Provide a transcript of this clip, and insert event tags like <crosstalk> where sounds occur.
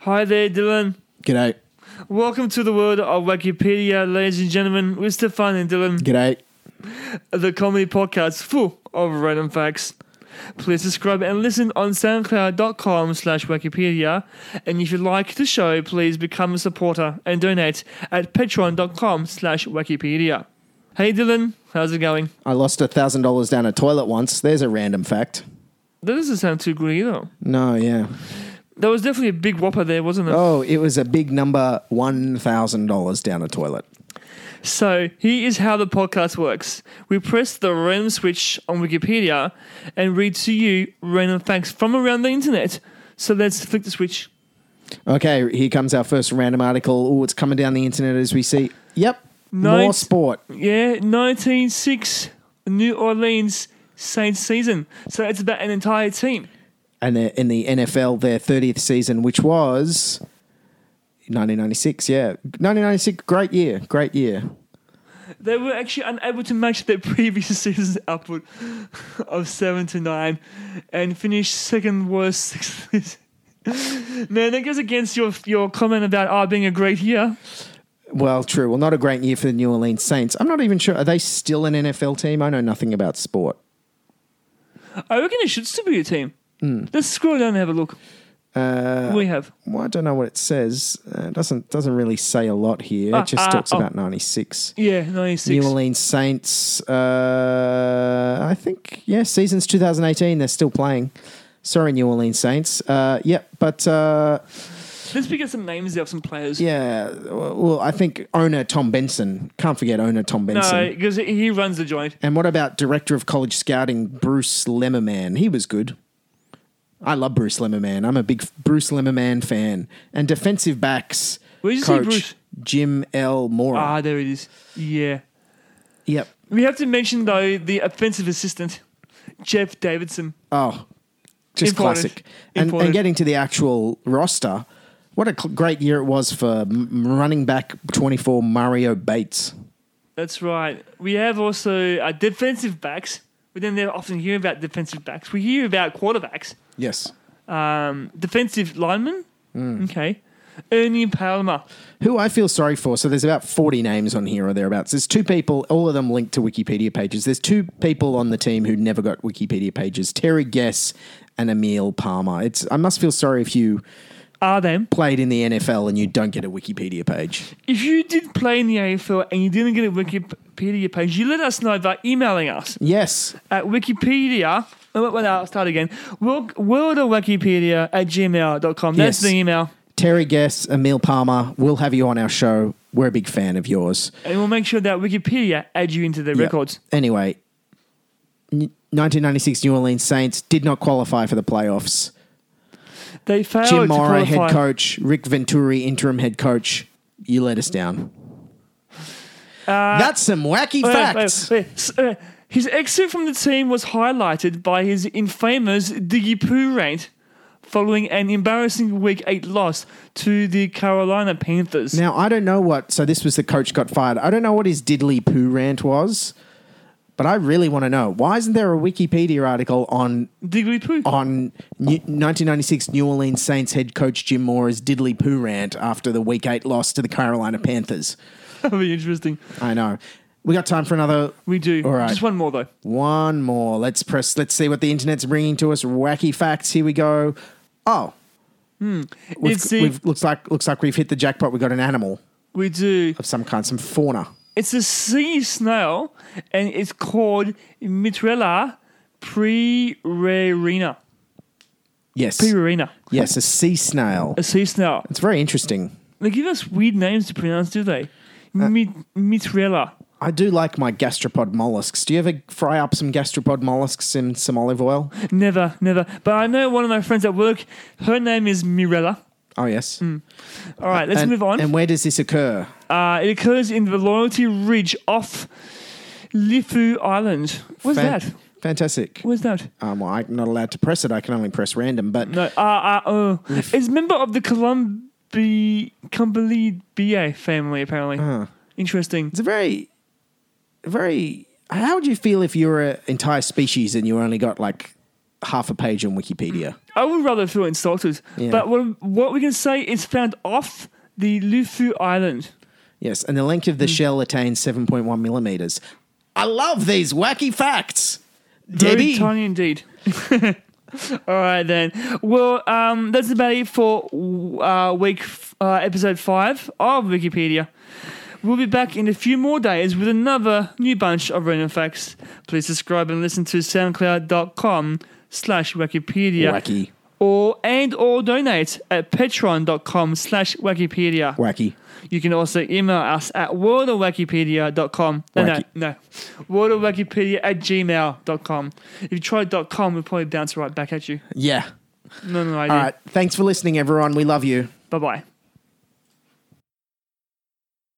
Hi there, Dylan. G'day. Welcome to the world of Wikipedia, ladies and gentlemen, with Stefan and Dylan, G'day. the comedy podcast full of random facts. Please subscribe and listen on soundcloud.com slash Wikipedia. And if you like the show, please become a supporter and donate at patreon.com slash Wikipedia. Hey, Dylan. How's it going? I lost a thousand dollars down a toilet once. There's a random fact. That doesn't sound too good either. No, yeah. That was definitely a big whopper there, wasn't it? Oh, it was a big number, one thousand dollars down a toilet. So here is how the podcast works. We press the random switch on Wikipedia and read to you random facts from around the internet. So let's flick the switch. Okay, here comes our first random article. Oh, it's coming down the internet as we see. Yep. More Nice. sport. Yeah, 1906 New Orleans Saints season. So it's about an entire team. And they're in the NFL, their thirtieth season, which was 1996. Yeah, 1996. Great year. Great year. They were actually unable to match their <laughs> previous season's output <laughs> of seven to nine, and finished second worst. <laughs> sixth. Man, that goes against your your comment about oh, being a great year. Well, true. Well, not a great year for the New Orleans Saints. I'm not even sure. Are they still an NFL team? I know nothing about sport. I reckon it should still be a team. Hmm. Let's scroll down and have a look. Uh, we have. Well, I don't know what it says. Uh, it doesn't doesn't really say a lot here. Ah, it just ah, talks oh. about ninety six. Yeah, 96. New Orleans Saints. Uh, I think yeah, season's two thousand eighteen. They're still playing. Sorry, New Orleans Saints. Uh, yep, but uh, Let's pick out some names there of some players. yeah. Well, I think owner Tom Benson. Can't forget owner Tom No, Benson. because he runs the joint. And what about director of college scouting Bruce Lemmerman? He was good. I love Bruce Lemmerman. I'm a big f- Bruce Lemmerman fan. And defensive backs Where did you see coach Bruce? Jim L. Mora. Ah, there it is. Yeah. yep. We have to mention, though, the offensive assistant, Jeff Davidson. Oh, just Important. classic. And, and Important. getting to the actual roster, what a cl- great year it was for m- running back 24 Mario Bates. That's right. We have also uh, defensive backs. We don't often hear about defensive backs. We hear about quarterbacks, Yes. um, defensive linemen. Hmm. Okay. Ernie Palmer. Who I feel sorry for. So there's about 40 names on here or thereabouts. There's two people, all of them linked to Wikipedia pages. There's two people on the team who never got Wikipedia pages Terry Guess and Emil Palmer. It's I must feel sorry if you Are them? played in the NFL and you don't get a Wikipedia page. If you did play in the AFL and you didn't get a Wikipedia page, you let us know by emailing us Yes. at Wikipedia. oh, Wait, wait, I'll start again. World, world of Wikipedia at gmail.com. That's Yes. the email. Terry Guess, Emil Palmer, we'll have you on our show. We're a big fan of yours. And we'll make sure that Wikipedia adds you into their Yep. records. Anyway, n- 1996 New Orleans Saints did not qualify for the playoffs. They failed Jim to Mora, qualify. head coach. Rick Venturi, interim head coach. You let us down. That's some wacky Uh, Wait, wait, facts. wait. S- uh, his exit from the team was highlighted by his infamous Diggy Poo rant following an embarrassing Week 8 loss to the Carolina Panthers. Now I don't know what. So this was the coach got fired. I don't know what his diddly poo rant was, but I really want to know why isn't there a Wikipedia article on Diggly Poo. <laughs> on New, 1996 New Orleans Saints head coach Jim Mora's diddly poo rant after the Week Eight loss to the Carolina Panthers? that would be interesting. I know. We got time for another We do. All right. Just one more though. One more. Let's press. Let's see what the internet's bringing to us. Wacky facts. Here we go. Oh, we've, Hmm. It's the, we've looks like looks like we've hit the jackpot. We got an animal we do. of some kind, some fauna. It's a sea snail, and it's called Mitrella prerarina. Yes, Prerarina, yes, a sea snail. a sea snail. It's very interesting. They give us weird names to pronounce, do they? Uh. Mit- Mitrella. I do like my gastropod mollusks. Do you ever fry up some gastropod mollusks in some olive oil? Never, never. But I know one of my friends at work. Her name is Mirella. Oh yes. All right, let's and, Hmm. move on. And where does this occur? uh, it occurs in the Loyalty Ridge off Lifu Island. Where's Fan- that? Fantastic. Where's that? Um, well, I'm not allowed to press it. I can only press random. But No, uh, uh, oh. It's a member of the Columbi Cumberly BA family, apparently. Interesting. it's a very, very. How would you feel if you were an entire species and you only got like half a page on Wikipedia. I would rather feel insulted. Yeah. But what, what we can say is found off the Lufu Island. Yes, and the length of the shell attains 7.1 millimeters. I love these wacky facts. Very Debbie, tiny indeed. <laughs> All right then. Well, um, that's about it for uh, week f- uh, episode five of Wikipedia. We'll be back in a few more days with another new bunch of random facts. Please subscribe and listen to soundcloud.com slash Wikipedia wacky, or and or donate at patreon.com slash Wikipedia. wacky. You can also email us at worldofwikipedia.com. No, no, Wacky. no. Worldofwikipedia at gmail.com. If you try .com, we'll probably bounce right back at you. Yeah. No, no, I All right. Thanks for listening, everyone. We love you. Bye-bye.